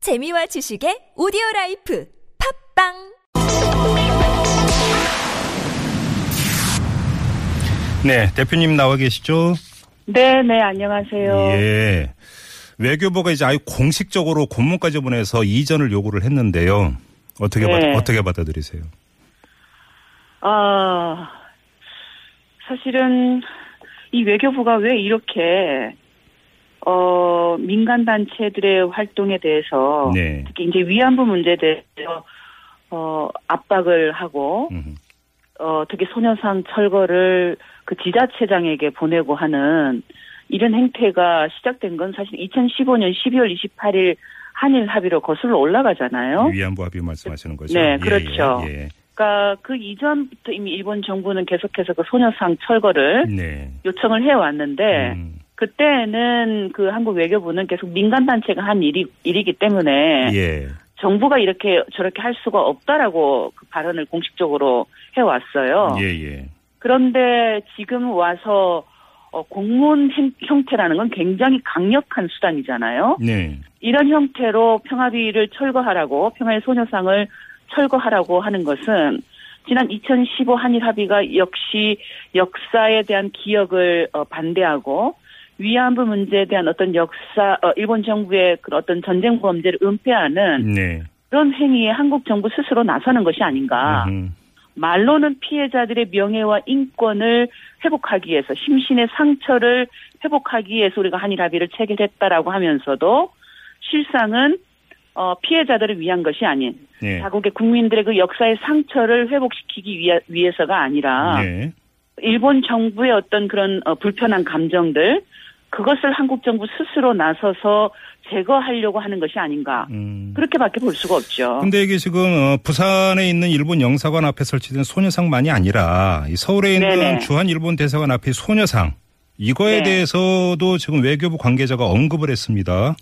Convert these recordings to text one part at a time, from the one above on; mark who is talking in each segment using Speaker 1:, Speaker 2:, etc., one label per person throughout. Speaker 1: 재미와 지식의 오디오 라이프 팝빵
Speaker 2: 네, 대표님 나와 계시죠?
Speaker 3: 네, 네, 안녕하세요.
Speaker 2: 예. 외교부가 이제 아예 공식적으로 공문까지 보내서 이전을 요구를 했는데요. 어떻게 받,
Speaker 3: 네.
Speaker 2: 어떻게 받아들이세요?
Speaker 3: 아, 사실은 이 외교부가 왜 이렇게 어 민간 단체들의 활동에 대해서
Speaker 2: 네.
Speaker 3: 특히 이제 위안부 문제에 대해서 어 압박을 하고
Speaker 2: 음.
Speaker 3: 어 특히 소녀상 철거를 그 지자체장에게 보내고 하는 이런 행태가 시작된 건 사실 2015년 12월 28일 한일 합의로 거슬러 올라가잖아요.
Speaker 2: 위안부 합의 말씀하시는 거죠?
Speaker 3: 네, 그렇죠.
Speaker 2: 예, 예.
Speaker 3: 그러니까 그 이전부터 이미 일본 정부는 계속해서 그 소녀상 철거를
Speaker 2: 네.
Speaker 3: 요청을 해왔는데
Speaker 2: 음,
Speaker 3: 그때는 그 한국 외교부는 계속 민간 단체가 한 일이 일이기 때문에
Speaker 2: 예.
Speaker 3: 정부가 이렇게 저렇게 할 수가 없다라고 그 발언을 공식적으로 해왔어요.
Speaker 2: 예, 예.
Speaker 3: 그런데 지금 와서 어, 공문 행- 형태라는 건 굉장히 강력한 수단이잖아요.
Speaker 2: 네.
Speaker 3: 이런 형태로 평화비를 철거하라고 평화의 소녀상을 철거하라고 하는 것은 지난 2015 한일 합의가 역시 역사에 대한 기억을 어, 반대하고 위안부 문제에 대한 어떤 역사 어, 일본 정부의 그 어떤 전쟁 범죄를 은폐하는
Speaker 2: 네.
Speaker 3: 그런 행위에 한국 정부 스스로 나서는 것이 아닌가
Speaker 2: 음,
Speaker 3: 말로는 피해자들의 명예와 인권을 회복하기 위해서 심신의 상처를 회복하기 위해서 우리가 한일 합의를 체결했다라고 하면서도 실상은 어, 피해자들을 위한 것이 아닌
Speaker 2: 네.
Speaker 3: 자국의 국민들의 그 역사의 상처를 회복시키기 위하, 위해서가 아니라
Speaker 2: 네.
Speaker 3: 일본 정부의 어떤 그런 어, 불편한 감정들 그것을 한국 정부 스스로 나서서 제거하려고 하는 것이 아닌가
Speaker 2: 음.
Speaker 3: 그렇게밖에 볼 수가 없죠.
Speaker 2: 근데 이게 지금 어, 부산에 있는 일본 영사관 앞에 설치된 소녀상만이 아니라 이 서울에 있는
Speaker 3: 네네.
Speaker 2: 주한 일본 대사관 앞에 소녀상 이거에
Speaker 3: 네.
Speaker 2: 대해서도 지금 외교부 관계자가 언급을 했습니다.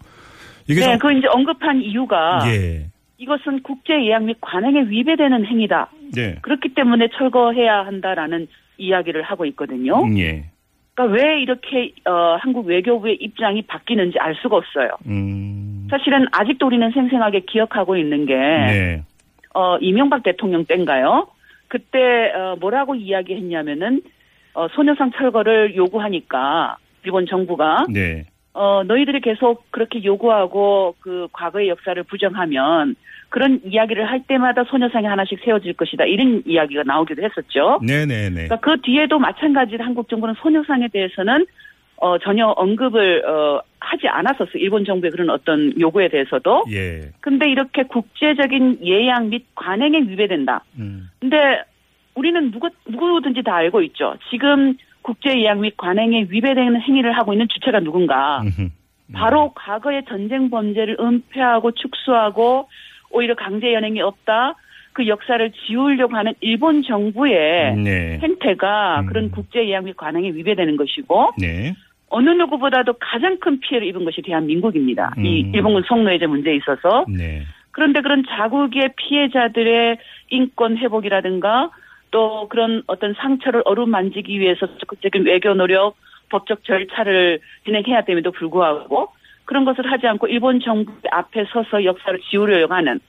Speaker 2: 이게
Speaker 3: 네,
Speaker 2: 좀
Speaker 3: 그 아. 이제 언급한 이유가
Speaker 2: 예.
Speaker 3: 이것은 국제 예약 및 관행에 위배되는 행위다.
Speaker 2: 예.
Speaker 3: 그렇기 때문에 철거해야 한다라는 이야기를 하고 있거든요.
Speaker 2: 음, 예.
Speaker 3: 그러니까 왜 이렇게 어, 한국 외교부의 입장이 바뀌는지 알 수가 없어요.
Speaker 2: 음.
Speaker 3: 사실은 아직도 우리는 생생하게 기억하고 있는 게
Speaker 2: 네.
Speaker 3: 어, 이명박 대통령 때인가요? 그때 어, 뭐라고 이야기했냐면은 어, 소녀상 철거를 요구하니까 일본 정부가
Speaker 2: 네.
Speaker 3: 어, 너희들이 계속 그렇게 요구하고 그 과거의 역사를 부정하면 그런 이야기를 할 때마다 소녀상이 하나씩 세워질 것이다. 이런 이야기가 나오기도 했었죠.
Speaker 2: 네, 네, 네.
Speaker 3: 그러니까 그 뒤에도 마찬가지로 한국 정부는 소녀상에 대해서는 어, 전혀 언급을 어, 하지 않았었어. 일본 정부의 그런 어떤 요구에 대해서도.
Speaker 2: 예.
Speaker 3: 근데 이렇게 국제적인 예약 및 관행에 위배된다.
Speaker 2: 음.
Speaker 3: 근데 우리는 누구, 누구든지 다 알고 있죠. 지금 국제 예약 및 관행에 위배되는 행위를 하고 있는 주체가 누군가.
Speaker 2: 음흠.
Speaker 3: 아, 바로 과거의 전쟁 범죄를 은폐하고 축소하고 오히려 강제 연행이 없다. 그 역사를 지우려고 하는 일본 정부의
Speaker 2: 네.
Speaker 3: 행태가
Speaker 2: 음.
Speaker 3: 그런 국제 예약 및 관행에 위배되는 것이고
Speaker 2: 네.
Speaker 3: 어느 누구보다도 가장 큰 피해를 입은 것이 대한민국입니다.
Speaker 2: 음.
Speaker 3: 이 일본군 성노예제 문제에 있어서
Speaker 2: 네.
Speaker 3: 그런데 그런 자국의 피해자들의 인권 회복이라든가 또 그런 어떤 상처를 어루만지기 위해서 적극적인 외교 노력, 법적 절차를 진행해야 됨에도 불구하고 그런 것을 하지 않고 일본 정부 앞에 서서 역사를 지우려고 하는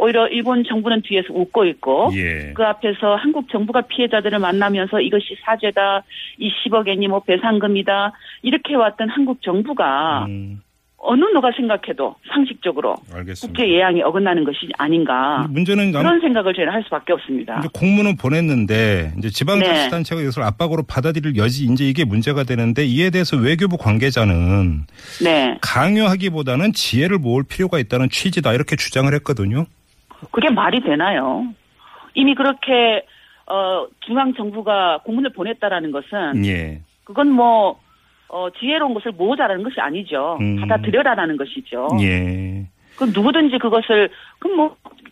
Speaker 3: 오히려 일본 정부는 뒤에서 웃고 있고
Speaker 2: 예.
Speaker 3: 그 앞에서 한국 정부가 피해자들을 만나면서 이것이 사죄다, 이 10억엔이 뭐 배상금이다 이렇게 왔던 한국 정부가
Speaker 2: 음.
Speaker 3: 어느 누가 생각해도 상식적으로
Speaker 2: 알겠습니다. 음,
Speaker 3: 국제 예양이 어긋나는 것이 아닌가
Speaker 2: 문제는 아무-
Speaker 3: 그런 생각을 저희는 할 수밖에 없습니다.
Speaker 2: 이제 공문은 보냈는데 이제
Speaker 3: 네.
Speaker 2: 지방자치단체가 이것을 압박으로 받아들일 여지 이제 이게 문제가 되는데 이에 대해서 외교부 관계자는
Speaker 3: 네,
Speaker 2: 강요하기보다는 지혜를 모을 필요가 있다는 취지다 이렇게 주장을 했거든요.
Speaker 3: 그게 말이 되나요? 이미 그렇게 어, 중앙 정부가 공문을 보냈다라는 것은
Speaker 2: 예.
Speaker 3: 그건 뭐 어, 지혜로운 것을 모으자라는 것이 아니죠.
Speaker 2: 음.
Speaker 3: 받아들여라라는 것이죠.
Speaker 2: 예.
Speaker 3: 그 누구든지 그것을 그럼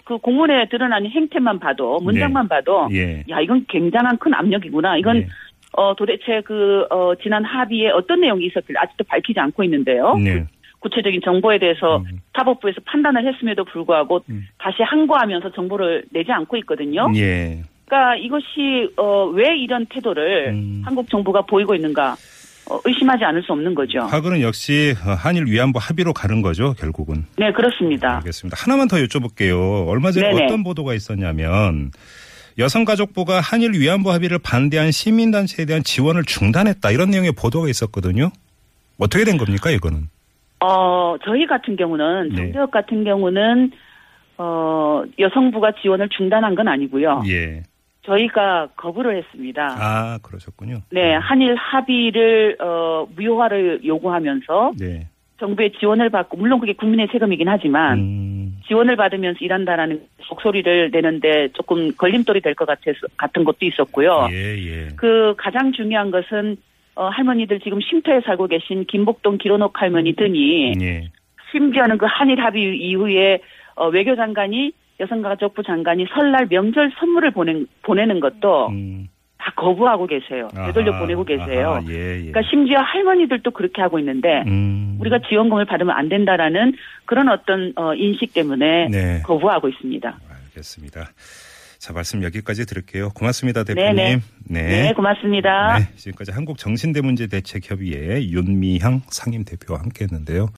Speaker 3: 뭐그 공문에 드러나는 행태만 봐도 문장만 봐도
Speaker 2: 네. 예.
Speaker 3: 야 이건 굉장한 큰 어. 압력이구나. 이건
Speaker 2: 예.
Speaker 3: 어, 도대체 그 어, 지난 합의에 어떤 내용이 있었길래 아직도 밝히지 않고 있는데요.
Speaker 2: 네.
Speaker 3: 구체적인 정보에 대해서
Speaker 2: 음.
Speaker 3: 사법부에서 판단을 했음에도 불구하고
Speaker 2: 음.
Speaker 3: 다시 항고하면서 정보를 내지 않고 있거든요.
Speaker 2: 예.
Speaker 3: 그러니까 이것이 어, 왜 이런 태도를
Speaker 2: 음.
Speaker 3: 한국 정부가 보이고 있는가? 어, 의심하지 않을 수 없는 거죠.
Speaker 2: 파그는 역시 어, 한일 위안부 합의로 가는 거죠, 결국은.
Speaker 3: 네, 그렇습니다.
Speaker 2: 알겠습니다. 하나만 더 여쭤볼게요. 얼마 전에
Speaker 3: 네네.
Speaker 2: 어떤 보도가 있었냐면 여성가족부가 한일 위안부 합의를 반대한 시민단체에 대한 지원을 중단했다 이런 내용의 보도가 있었거든요. 어떻게 된 겁니까 이거는?
Speaker 3: 어, 저희 같은 경우는
Speaker 2: 네.
Speaker 3: 정대협 같은 경우는 어, 여성부가 지원을 중단한 건 아니고요.
Speaker 2: 예.
Speaker 3: 저희가 거부를 했습니다.
Speaker 2: 아 그러셨군요.
Speaker 3: 네, 한일 합의를 어, 무효화를 요구하면서
Speaker 2: 네.
Speaker 3: 정부의 지원을 받고 물론 그게 국민의 세금이긴 하지만
Speaker 2: 음,
Speaker 3: 지원을 받으면서 일한다라는 목소리를 내는데 조금 걸림돌이 될 것 같아서 같은 것도 있었고요.
Speaker 2: 예 예.
Speaker 3: 그 가장 중요한 것은 어, 할머니들 지금 쉼터에 살고 계신 김복동 기로녹 할머니 등이
Speaker 2: 예.
Speaker 3: 심지어는 그 한일 합의 이후에 어, 외교장관이 여성가족부 장관이 설날 명절 선물을 보낸, 보내는 것도
Speaker 2: 음,
Speaker 3: 다 거부하고 계세요. 어. 되돌려
Speaker 2: 아하,
Speaker 3: 보내고 계세요.
Speaker 2: 아하, 예 예.
Speaker 3: 그러니까 심지어 할머니들도 그렇게 하고 있는데
Speaker 2: 음,
Speaker 3: 우리가 지원금을 받으면 안 된다라는 그런 어떤 어, 인식 때문에 그
Speaker 2: 네.
Speaker 3: 거부하고 있습니다.
Speaker 2: 알겠습니다. 자 말씀 여기까지 드릴게요. 고맙습니다 대표님.
Speaker 3: 네네. 네, 고맙습니다.
Speaker 2: 네, 지금까지 한국정신대문제대책협의회 윤미향 상임대표와 함께했는데요.